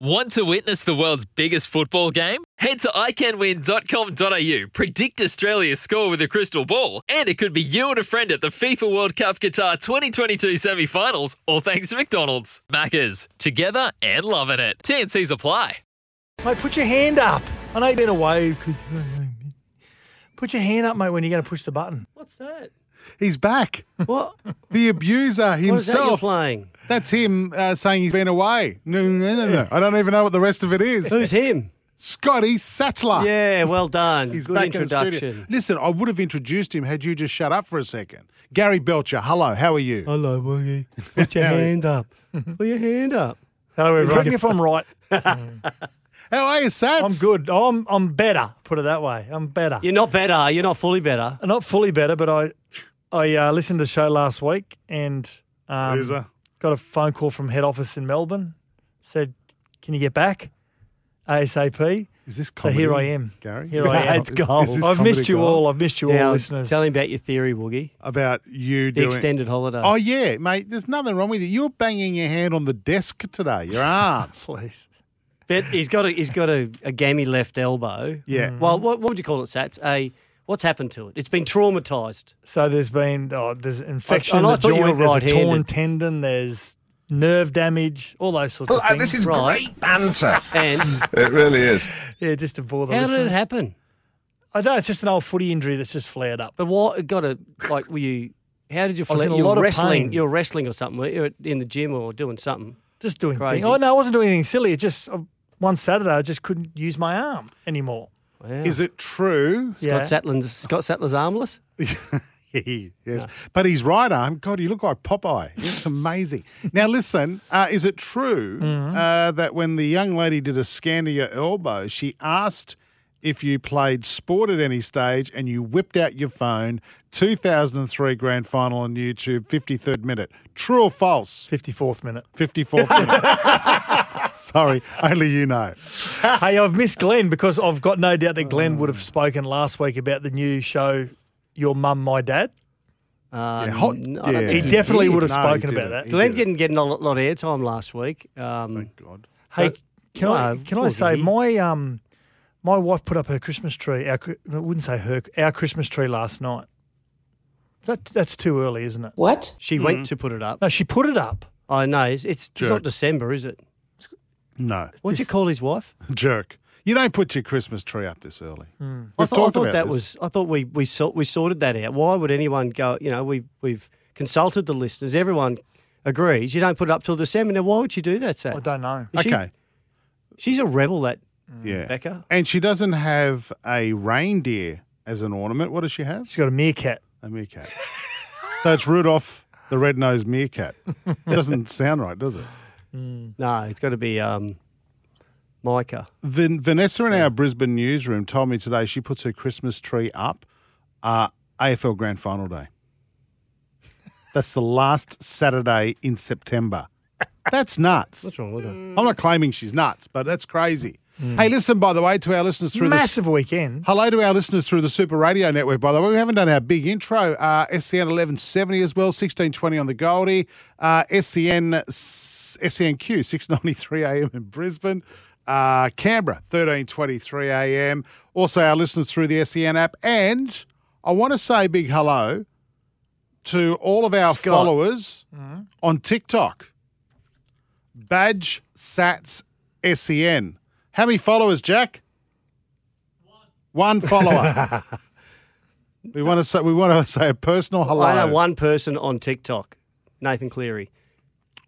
Want to witness the world's biggest football game? Head to iCanWin.com.au, predict Australia's score with a crystal ball, and it could be you and a friend at the FIFA World Cup Qatar 2022 semi finals, all thanks to McDonald's. Maccas, together and loving it. TNC's apply. Mate, put your hand up. I know you've been away because. Put your hand up, mate, when you're going to push the button. What's that? He's back. What? The abuser What is that you're himself. playing? That's him uh, saying he's been away. No, no, no, no. I don't even know what the rest of it is. Who's him? Scotty Sattler. Yeah, well done. He's Good back In the studio. introduction. Listen, I would have introduced him had you just shut up for a second. Gary Belcher, hello, how are you? Hello, Woogie. Put your How are you? hand up. Put your hand up. Hello, everyone. if I'm right, How are you, Sats? I'm good. Oh, I'm I'm better. Put it that way. I'm better. You're not better. You're not fully better. I'm not fully better, but I I uh, listened to the show last week and um, Loser. got a phone call from head office in Melbourne. Said, "Can you get back ASAP?" Is this So comedy? here I am. Gary. Here I am. It's gold. this I've missed comedy you gold? all. I've missed you all, Now, listeners. tell him about your theory, Woogie. About you The doing. extended holiday. Oh yeah, mate. There's nothing wrong with it. You're banging your hand on the desk today. Your arm. Please. but he's got a he's got a, a gammy left elbow. Mm. Yeah. Well, what, what would you call it, Sats? A what's happened to it? It's been traumatized. So there's been oh, there's infection and in I the thought you were joint. There's a torn right-handed. tendon. There's nerve damage. All those sorts uh, of things. right. banter. And It really is. yeah, just to bore the how did listeners. it happen? I know it's just an old footy injury that's just flared up. But what it got a like? Were you? How did you I was in feel? a You're lot of wrestling. pain. You're wrestling or something. Were you in the gym or doing something? Just doing Crazy. things. Oh no, I wasn't doing anything silly. It just uh, one Saturday I just couldn't use my arm anymore. Wow. Is it true? Scott Sattler's Scott Sattler's armless? yes. But his right arm, God, you look like Popeye. It's amazing. now, listen, uh, is it true uh, that when the young lady did a scan to your elbow, she asked if you played sport at any stage and you whipped out your phone, 2003 grand final on YouTube, 53rd minute? True or false? Fifty fourth minute. 54th minute. Sorry, only you know. hey, I've missed Glenn because I've got no doubt that Glenn would Oh. have spoken last week about the new show, Your Mum, My Dad. Uh, Yeah, hot- n- I don't yeah. think He definitely did. would have No, he spoken about didn't. that. He Glenn did it. didn't get a lot, lot of airtime last week. Um, God. Hey, But- can I No, can I well, say he- my um my wife put up her Christmas tree. Our Chri- I wouldn't say her our Christmas tree last night. That that's too early, isn't it? What? she Mm. went to put it up. No, she put it up. I know. It's, it's, it's Jerk. not December, is it? No, What'd you call his wife? jerk. You don't put your Christmas tree up this early. I We've thought, I talked thought about that this. was. I thought we we sort we sorted that out. Why would anyone go? You know, we've we've consulted the listeners. Everyone agrees. You don't put it up till December. Now, why would you do that, Sats? I don't know. Is she- Okay. she's a rebel. That Yeah. Becca? And she doesn't have a reindeer as an ornament. What does she have? She's got a meerkat. A meerkat. so it's Rudolph the red-nosed meerkat. doesn't sound right, does it? no, it's got to be um, Micah. Van- Vanessa in our Brisbane newsroom told me today she puts her Christmas tree up uh, AFL Grand Final Day. That's the last Saturday in September. That's nuts. What's wrong with her? Mm. I'm not claiming she's nuts, but that's crazy. Hey, listen, by the way, to our listeners through this. Massive weekend. Hello to our listeners through the Super Radio Network, by the way. We haven't done our big intro. Uh, SCN 1170 as well, 1620 on the Goldie. Uh, SCN, SCNQ, 693 a.m. in Brisbane. Uh, Canberra, 1323 a.m. Also, our listeners through the SCN app. And I want to say a big hello to all of our Scott. Mm. followers on TikTok. Badge Sats E SEN. How many followers, Jack? One follower. we want to say we want to say a personal hello. I know one person on TikTok, Nathan Cleary.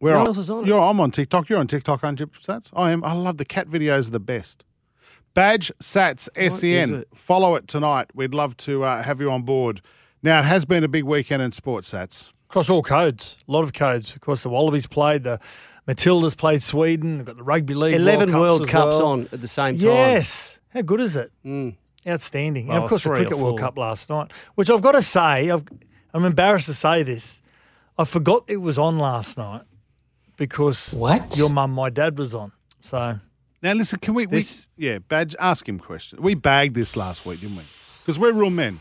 We're No on, one else is on it. You're I'm on TikTok. You're on TikTok, aren't you, Sats? I am. I love the cat videos are the best. Badge Sats is SEN. it? Follow it tonight. We'd love to uh, have you on board. Now it has been a big weekend in sports, Sats. Across all codes. A lot of codes. Of course the Wallabies played, the Matilda's played Sweden. We've got the Rugby League. 11 World as Cups well. on at the same time. Yes. How good is it? Mm. Outstanding. and Oh, Well, of course, the three or Cricket World four. Cup last night, which I've got to say, I've, I'm embarrassed to say this. I forgot it was on last night because What? your mum, my dad was on. So Now, listen, can we, This- we yeah, badge, ask him questions. We bagged this last week, didn't we? Because we're real men.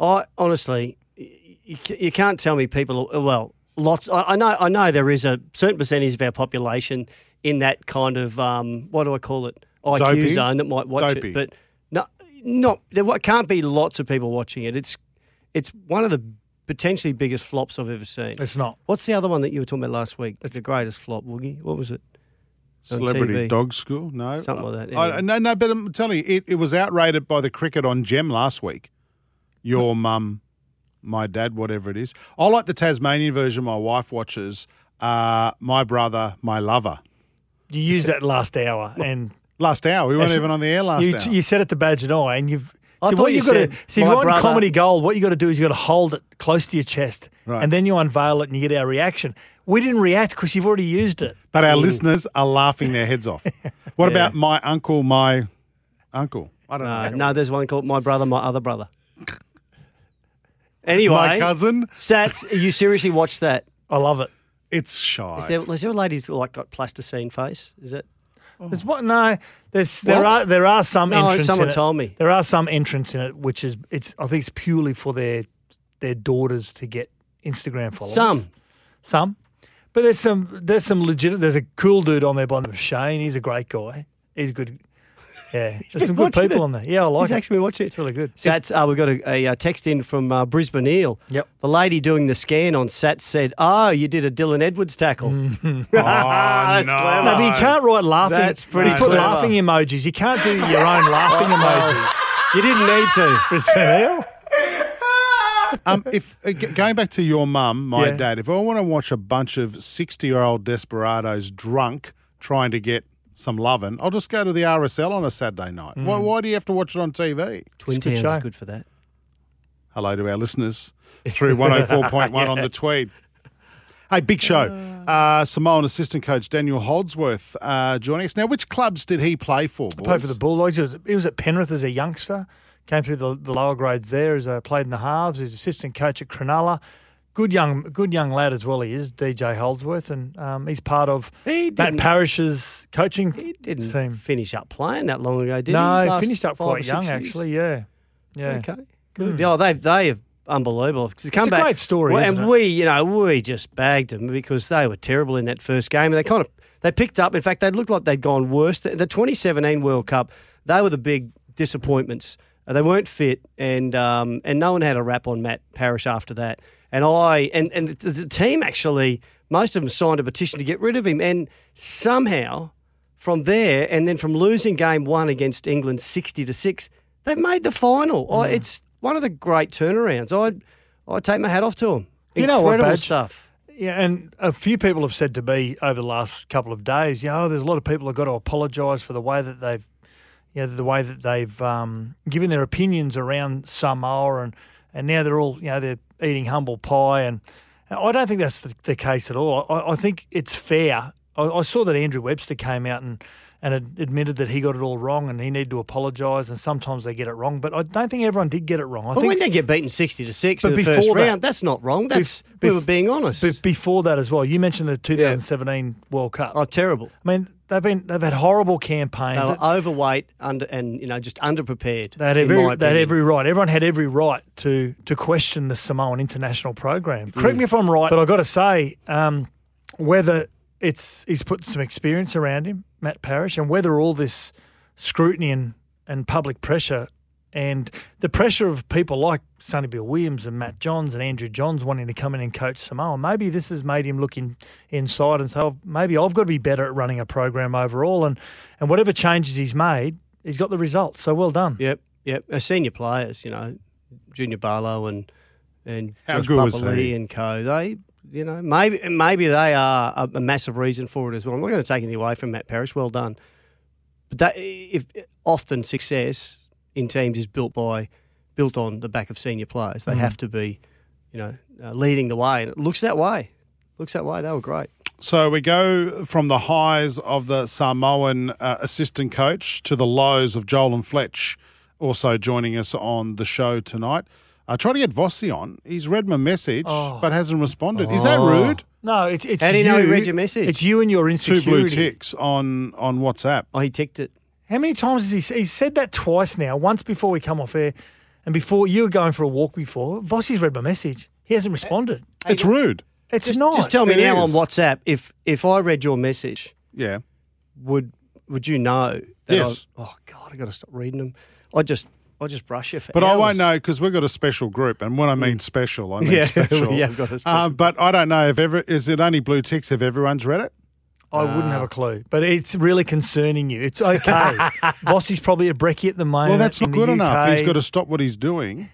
I honestly, y- you, ca- you can't tell me people. are- Well, lots. I, I know. I know there is a certain percentage of our population in that kind of um, what do I call it IQ Dopey? zone that might watch Dopey. it, but no, not there wa- can't be lots of people watching it. It's it's one of the potentially biggest flops I've ever seen. it's not. What's the other one that you were talking about last week? the greatest flop, Woogie. What was it? On Celebrity TV. Dog School? No. Something like that, I, yeah. no, no, but I'm telling you, it, it was outrated by the cricket on Gem last week. Your mum, my dad, whatever it is. I like the Tasmanian version my wife watches. Uh, my brother, my lover. You used that last hour and Last hour. We weren't Yes. even on the air last you, hour. you said it to Badge and I, and you've. I see, thought what you you've got to, said, see, if "My you want brother." comedy gold, what you got to do is you got to hold it close to your chest, Right. and then you unveil it and you get our reaction. We didn't react because you've already used it. but our listeners are laughing their heads off. What about my uncle, my uncle? I don't Uh, know. no, there's one called My Brother, My Other Brother. Anyway, My cousin. Sats, you seriously watched that? I love it. It's shy. Oh, Is there, is there a lady who's like got plasticine face? Is it? There's what? No, there's there What? are there are some. No, entrants someone in it. told me. there are some entrants in it, which is it's. I think it's purely for their their daughters to get Instagram followers. Some. some, but there's some there's some legit. There's a cool dude on there by the name of Shane. He's a great guy. He's good. Yeah, there's been some good watching people it. on there. Yeah, I like He's it. actually been watching it. It's really good. Sats, uh, we got a, a, uh text in from uh, Brisbane Eel. Yep. The lady doing the scan on Sats said, "Oh, you did a Dylan Edwards tackle." Mm. that's clever. No, but you can't write laughing. That's pretty You put clever. laughing emojis. You can't do your own laughing Oh, emojis. You didn't need to. Christine. um, if uh, g- going back to your mum, my Yeah. dad, if I want to watch a bunch of sixty-year-old desperados drunk trying to get some lovin', I'll just go to the RSL on a Saturday night. Mm. Why, why do you have to watch it on TV? Twin good Towns show. is good for that. Hello to our listeners through one hundred four point one on the Tweed. Hey, big show. Uh, Samoan assistant coach Daniel Holdsworth uh, joining us now. Which clubs did he play for? Boys? Played for the Bulldogs. He was, he was at Penrith as a youngster. Came through the, the lower grades there. As a, played in the halves. He's assistant coach at Cronulla. Good young, good young lad as well. He is DJ Holdsworth, and um, he's part of He Matt didn't- Parrish's coaching He didn't team. finish up playing that long ago, did no, he? he Last finished up five or quite six young years? actually. Yeah, yeah. Hmm. Okay. Good. Oh, they they have unbelievable. It's come a back, great story, Well, isn't and it? we, you know, we just bagged them because they were terrible in that first game, and they kind of they picked up. In fact, they looked like they'd gone worse. The, the 2017 World Cup, they were the big disappointments. Uh, They weren't fit, and um, and no one had a rap on Matt Parrish after that. And I and and the, the team actually, most of them signed a petition to get rid of him, and somehow from there, and then from losing game one against England, sixty to six, they've made the final. I, it's one of the great turnarounds. I I take my hat off to them. You know Incredible what, Badge? stuff. Yeah, and a few people have said to me over the last couple of days, you know, there's a lot of people have got to apologise for the way that they've, you know, the way that they've um, given their opinions around Samoa, and and now they're all, you know, they're eating humble pie, and I don't think that's the, the case at all. I, I think it's fair. I, I saw that Andrew Webster came out and and ad- admitted that he got it all wrong, and he needed to apologise, and sometimes they get it wrong, but I don't think everyone did get it wrong. I But think when they get beaten sixty to six But in the first before that- round, that's not wrong. That's we bef- were being honest. but before that as well, you mentioned the 2017 World Cup. oh, terrible. I mean, they've been they've had horrible campaigns. They were overweight under and you know just underprepared. They had in my every they had opinion. every right. Everyone had every right to to question the Samoan international program. Correct me if I'm right, but I got to say um, whether it's he's put some experience around him, Matt Parrish, and whether all this scrutiny and, and public pressure and the pressure of people like Sonny Bill Williams and Matt Johns and Andrew Johns wanting to come in and coach Samoa, maybe this has made him look in, inside and say, oh, maybe I've got to be better at running a program overall. And, and whatever changes he's made, he's got the results. So well done. Yep, yep. Uh, senior players, you know, Junior Barlow and and How Josh good was he? Papali and co. They, you know, maybe maybe they are a, a massive reason for it as well. I'm not going to take anything away from Matt Parrish. Well done, but that if often success in teams is built by built on the back of senior players. Mm. They have to be, you know, uh, leading the way, and it looks that way. Looks that way. They were great. So we go from the highs of the Samoan uh, assistant coach to the lows of Joel and Fletch, also joining us on the show tonight. I tried to get Vossi on. He's read my message, Oh. but hasn't responded. Is that rude? No, it, it's How do you you. know he read your message? It's you and your Two insecurity. blue ticks on on WhatsApp. Oh, he ticked it. How many times has he s- he's said that twice now? Once before we come off air, and before you were going for a walk before. Vossi's read my message. He hasn't responded. It's rude. It's not. Just tell me Oh, It now is. on WhatsApp if if I read your message, Yeah. would would you know? That Yes. I, oh God, I got to stop reading them. I just I just brush you for But I won't hours. know because we've got a special group, and when I mean special, I mean Mm. Yeah, special. we have got a special Um, but I don't know if ever is it only blue ticks if everyone's read it. I wouldn't have a clue, but it's really concerning you. It's okay. Vossi's probably a brekkie at the moment. Well, that's in not the good enough. He's UK. got to stop what he's doing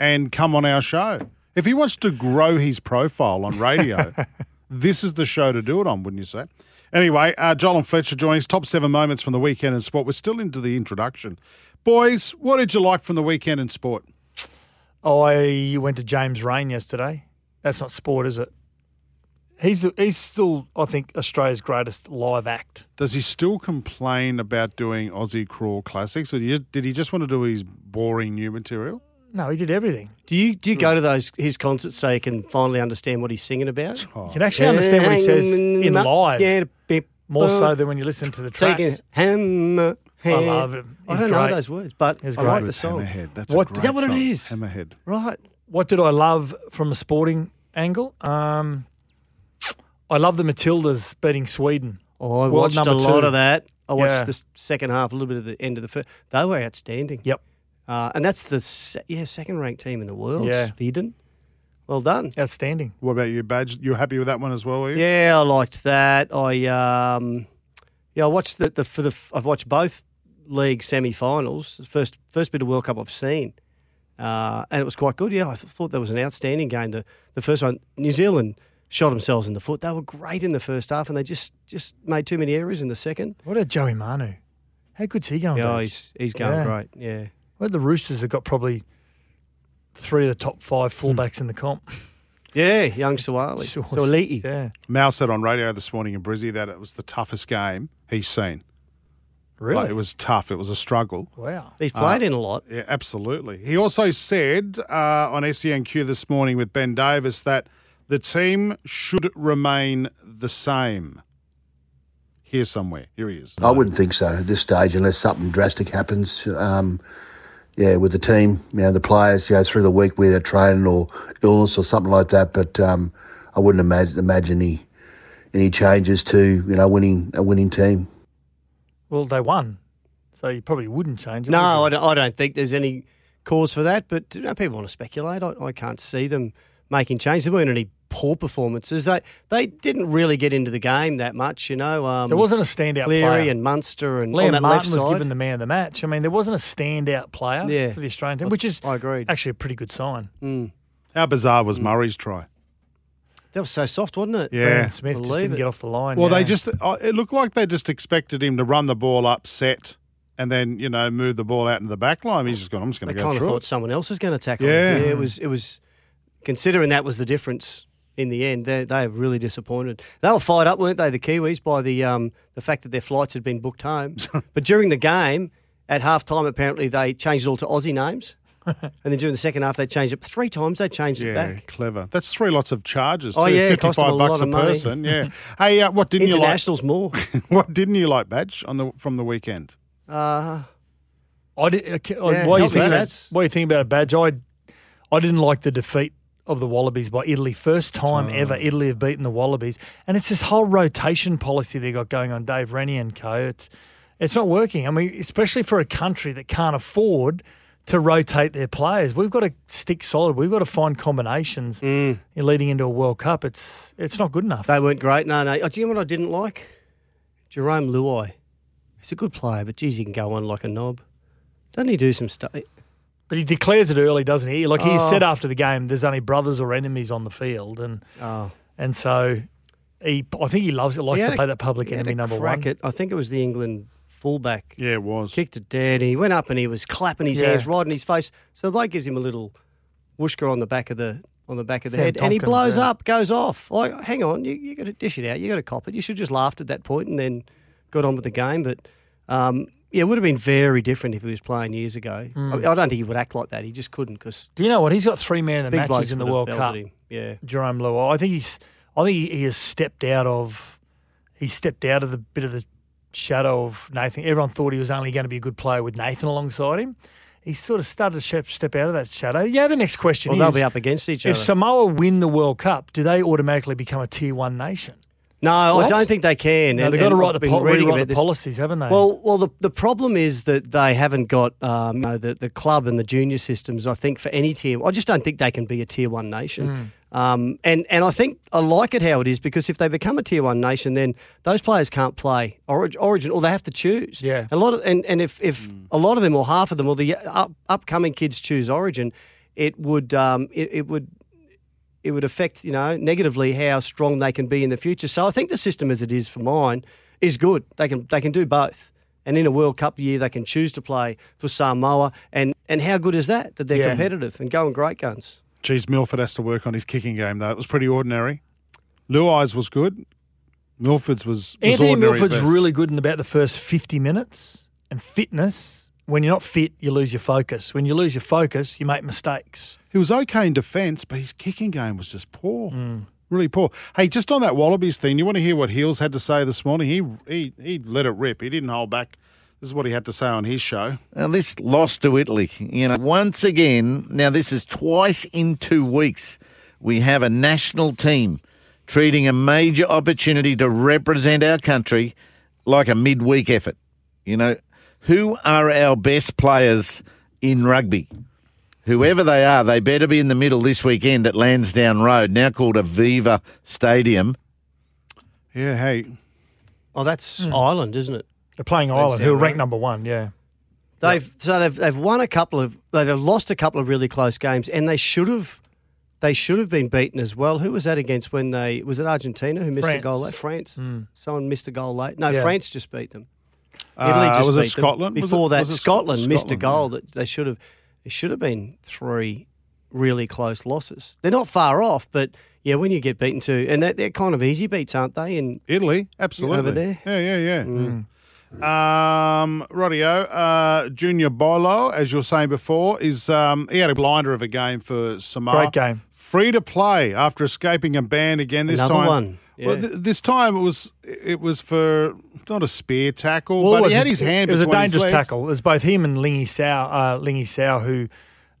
and come on our show. If he wants to grow his profile on radio, this is the show to do it on, wouldn't you say? Anyway, uh, Joel and Fletcher joining us. Top seven moments from the weekend in sport. We're still into the introduction. Boys, what did you like from the weekend in sport? I went to James Rain yesterday. That's not sport, is it? He's he's still, I think, Australia's greatest live act. Does he still complain about doing Aussie Crawl Classics, or did he- did he just want to do his boring new material? No, he did everything. Do you do you go to Hmm. those his concerts so you can finally understand what he's singing about? Oh. You can actually understand what he says in live more so than when you listen to the taking tracks. hammer. I love him. I He's don't great. know those words, but He's I like great. the song. Hammerhead. That's What- a is great that what it song. is? Hammerhead. Right. What did I love from a sporting angle? Um, I love the Matildas beating Sweden. Oh, I World watched a number lot two. of that. I watched Yeah. the s- second half, a little bit of the end of the first. They were outstanding. Yep. Uh, and that's the se- yeah second ranked team in the world. Yeah. Sweden. Well done. Outstanding. What about you, Badge? You happy with that one as well? Were you? Yeah, I liked that. I um, yeah, I watched the, the for the f- I've watched both league semi-finals. The First first bit of World Cup I've seen, uh, and it was quite good. Yeah, I th- thought that was an outstanding game. The the first one, New Zealand shot themselves in the foot. They were great in the first half, and they just just made too many errors in the second. What about Joey Manu? How good's he going? Yeah, Dave? he's he's going Oh, Yeah. great. Yeah. Well, the Roosters have got probably three of the top five Hmm. fullbacks in the comp. Yeah, young Sawali. Sure. Sawali. Yeah. Mal said on radio this morning in Brizzy that it was the toughest game he's seen. Really? Like, it was tough. It was a struggle. wow. He's played in a lot. Yeah, absolutely. He also said uh, on SENQ this morning with Ben Davis that the team should remain the same. Here somewhere. Here he is. I wouldn't think so at this stage, unless something drastic happens. Um, yeah, with the team, you know, the players, you know, through the week with a training or illness or something like that. But um, I wouldn't imagine imagine any any changes to you know winning a winning team. Well, they won. So you probably wouldn't change it. No, would you? I don't, I don't think there's any cause for that. But you know, people want to speculate. I, I can't see them making change. There weren't any poor performances. They they didn't really get into the game that much. You know, um, There wasn't a standout Cleary player. and Munster and on Liam that Martin left was side. given the man of the match. I mean, there wasn't a standout player Yeah. for the Australian team, I- which is I agreed. actually a pretty good sign. How bizarre was Murray's try? that was so soft, wasn't it? Yeah. Brandon Smith just Believe didn't it. get off the line. Well, they yeah. just, uh, it looked like they just expected him to run the ball up, set, and then, you know, move the ball out into the back line. He's just gone, I'm just They going to go kind of through thought it. someone else was going to tackle. Yeah. him. yeah. It was it was considering that was the difference in the end. They they were really disappointed. They were fired up, weren't they? The Kiwis by the um the fact that their flights had been booked home. but during the game at half time, apparently they changed it all to Aussie names, and then during the second half they changed it three times. They changed it Yeah, back. clever. That's three lots of charges. Oh, too. yeah, it cost them a fifty-five bucks lot a of money. person. Yeah. hey, uh, what didn't you like? Internationals more. What didn't you like, Badge, on the from the weekend? Uh, I did, I, ca- I- Yeah, why you help think me, about, lads. why you think about a badge? I, I didn't like the defeat of the Wallabies by Italy. First time ever Italy have beaten the Wallabies, and it's this whole rotation policy they got going on. Dave Rennie and co. It's it's not working. I mean, especially for a country that can't afford to rotate their players. We've got to stick solid. We've got to find combinations Mm. in leading into a World Cup. It's it's not good enough. they weren't great. No, no. Oh, do you know what I didn't like? Jerome Luai. He's a good player, but geez, he can go on like a knob. Doesn't he do some stuff? But he declares it early, doesn't he? Like he Oh. said after the game, there's only brothers or enemies on the field, and Oh. and so he, I think he loves it, likes had to a- play that public he had enemy a number crack one. At, I think it was the England fullback. Yeah, it was. Kicked it dead. He went up and he was clapping his Yeah. hands right in his face. So the bloke gives him a little whooshka on the back of the on on the back of the Sam head, and he Tompkins, blows yeah. up, goes off. Like, hang on, you, you got to dish it out. You got to cop it. You should have just laughed at that point and then got on with the game. But um, yeah, it would have been very different if he was playing years ago. Hmm. I, I don't think he would act like that. He just couldn't because Do you know what? He's got three man of the big blokes matches in the would World have belted Cup. him. Yeah, Jerome Luai. I think he's. I think he, he has stepped out of. He stepped out of the bit of the shadow of Nathan. Everyone thought he was only going to be a good player with Nathan alongside him. He sort of started to step, step out of that shadow. Yeah. The next question well, is: they'll be up against each If other. Samoa win the World Cup, do they automatically become a tier one nation? no, What? I don't think they can. No, and- they've got to and write I've the, been pol- reading rewrite about the this. policies, haven't they? Well, well, the the problem is that they haven't got um, you know, the the club and the junior systems. I think for any tier, I just don't think they can be a tier one nation. Mm. Um, and and I think I like it how it is because if they become a tier one nation, then those players can't play Origin, origin or they have to choose. Yeah. a lot of and and if if a lot of them or half of them or the up, upcoming kids choose Origin, it would um it, it would it would affect you know negatively how strong they can be in the future. So I think the system as it is for mine is good. They can they can do both, and in a World Cup year they can choose to play for Samoa. And and how good is that that they're Yeah. competitive and going great guns? Geez, Milford has to work on his kicking game, though. It was pretty ordinary. Luai's was good. Milford's was, was Anthony ordinary at Milford's best. really good in about the first 50 minutes. And fitness, when you're not fit, you lose your focus. When you lose your focus, you make mistakes. He was okay in defence, but his kicking game was just poor. Hmm. Really poor. Hey, just on that Wallabies thing, you want to hear what Heels had to say this morning? He, he, he let it rip. He didn't hold back. This is what he had to say on his show. Now, this loss to Italy, you know, once again, now this is twice in two weeks, we have a national team treating a major opportunity to represent our country like a midweek effort. You know, who are our best players in rugby? Whoever they are, they better be in the middle this weekend at Lansdowne Road, now called Aviva Stadium. Yeah, hey. Oh, that's Ireland, isn't it? They're playing Ireland, down, who are ranked right? number one, yeah. They've so they've they've won a couple of they've lost a couple of really close games, and they should have. They should have been beaten as well. Who was that against when they was it Argentina who missed a France. goal late? France. Hmm. Someone missed a goal late. No, Yeah. France just beat them. Italy Uh, just was beat it Scotland? Was Them. it- Before that, was it Sc- Scotland, missed a Scotland, goal that they should have. It should have been three really close losses. They're not far off, but yeah, when you get beaten to, and they're, they're kind of easy beats, aren't they? And Italy, absolutely. Over there? Yeah, yeah, yeah. Um, Rodio, uh, Junior Bolo, as you were saying before, is um, he had a blinder of a game for Samoa. Great game. Free to play after escaping a ban again this Another time. one, Well, yeah. th- this time it was it was for not a spear tackle, Well, it but was- he had his hand. It was a between his dangerous legs. tackle. It was both him and Lingy Sao, uh, Lingy Sao who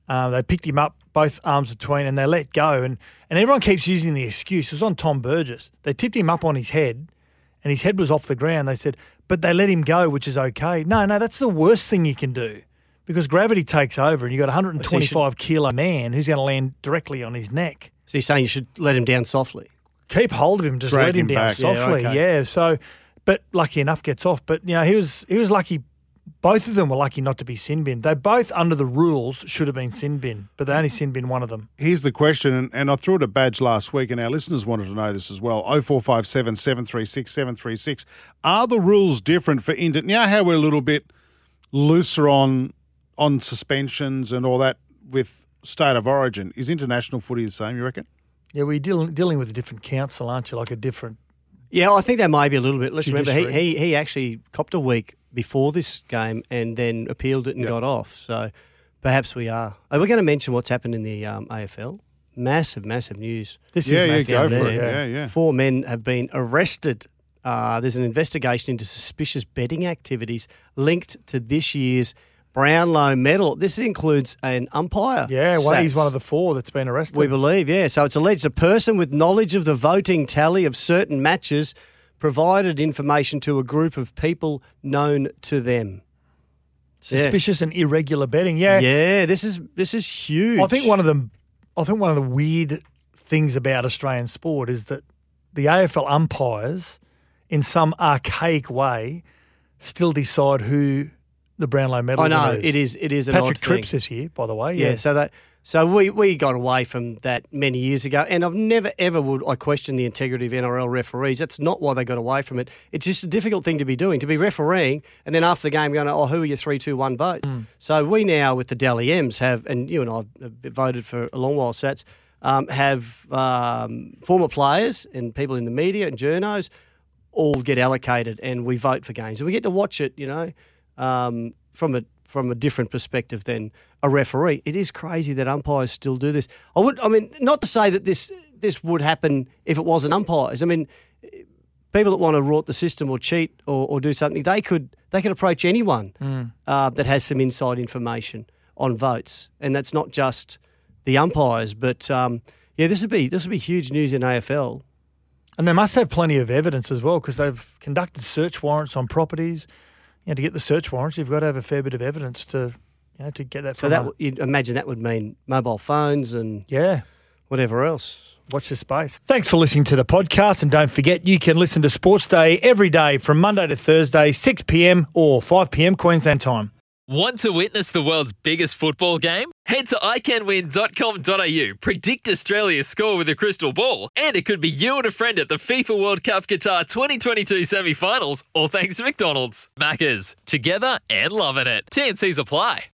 uh, they picked him up, both arms between, and they let go. And, and everyone keeps using the excuse. It was on Tom Burgess. They tipped him up on his head, and his head was off the ground. They said, but they let him go, which is okay. No, no, that's the worst thing you can do because gravity takes over, and you've got a 125 kilo man who's going to land directly on his neck so you're saying you should let him down softly. keep hold of him, just Drag let him, him down back. Yeah, softly. Yeah, okay. So, but lucky enough gets off. But you know, he was he was lucky. Both of them were lucky not to be sin bin. They both under the rules should have been sin bin, but they only sin bin one of them. Here's the question, and, and I threw it a badge last week, and our listeners wanted to know this as well. 0457 736 736. Are the rules different for Inter? Now, how we're a little bit looser on on suspensions and all that with state of origin. Is international footy the same, you reckon? Yeah, we're dealing dealing with a different council, aren't you? Like a different. Yeah, I think that may be a little bit. Let's remember he, Judiciary. he he actually copped a week before this game and then appealed it and got off. So perhaps we are. Are we going to mention what's happened in the um, AFL? Massive, massive news. This yeah, is yeah, massive go for there. it. Yeah, yeah. Four men have been arrested. Uh, there's an investigation into suspicious betting activities linked to this year's Brownlow medal. This includes an umpire. Yeah, well, he's sacks. one of the four that's been arrested. We believe, yeah. So it's alleged a person with knowledge of the voting tally of certain matches provided information to a group of people known to them. Yes. Suspicious and irregular betting. Yeah, Yeah, this is this is huge. I think one of the, I think one of the weird things about Australian sport is that the AFL umpires, in some archaic way, still decide who the Brownlow Medal I know winner is. it is it is an Patrick odd Cripps thing. this year, by the way. Yeah, Yes, so that so we we got away from that many years ago, and I've never ever would I question the integrity of NRL referees. That's not why they got away from it. It's just a difficult thing to be doing to be refereeing, and then after the game going, oh, who are your three, two, one vote? So we now with the Dally M's have, and you and I have voted for a long while, Sats. um, have um, former players and people in the media and journos all get allocated, and we vote for games, and we get to watch it. You know, um, from a from a different perspective than a referee. It is crazy that umpires still do this. I would, I mean, not to say that this this would happen if it wasn't umpires. I mean, people that want to rort the system or cheat or, or do something, they could they could approach anyone uh, that has some inside information on votes, and that's not just the umpires. But um, yeah, this would be this would be huge news in AFL. And they must have plenty of evidence as well because they've conducted search warrants on properties. You know, to get the search warrants, you've got to have a fair bit of evidence to, you know, to get that So from. that a- w- you'd imagine that would mean mobile phones and yeah. whatever else. Watch this space. Thanks for listening to the podcast. And don't forget, you can listen to Sports Day every day from Monday to Thursday, 6 p.m. or 5 p.m. Queensland time. Want to witness the world's biggest football game? Head to iCanWin.com.au, predict Australia's score with a crystal ball, and it could be you and a friend at the FIFA World Cup Qatar 2022 semi finals, all thanks to McDonald's. Maccas, together and loving it. TNCs apply.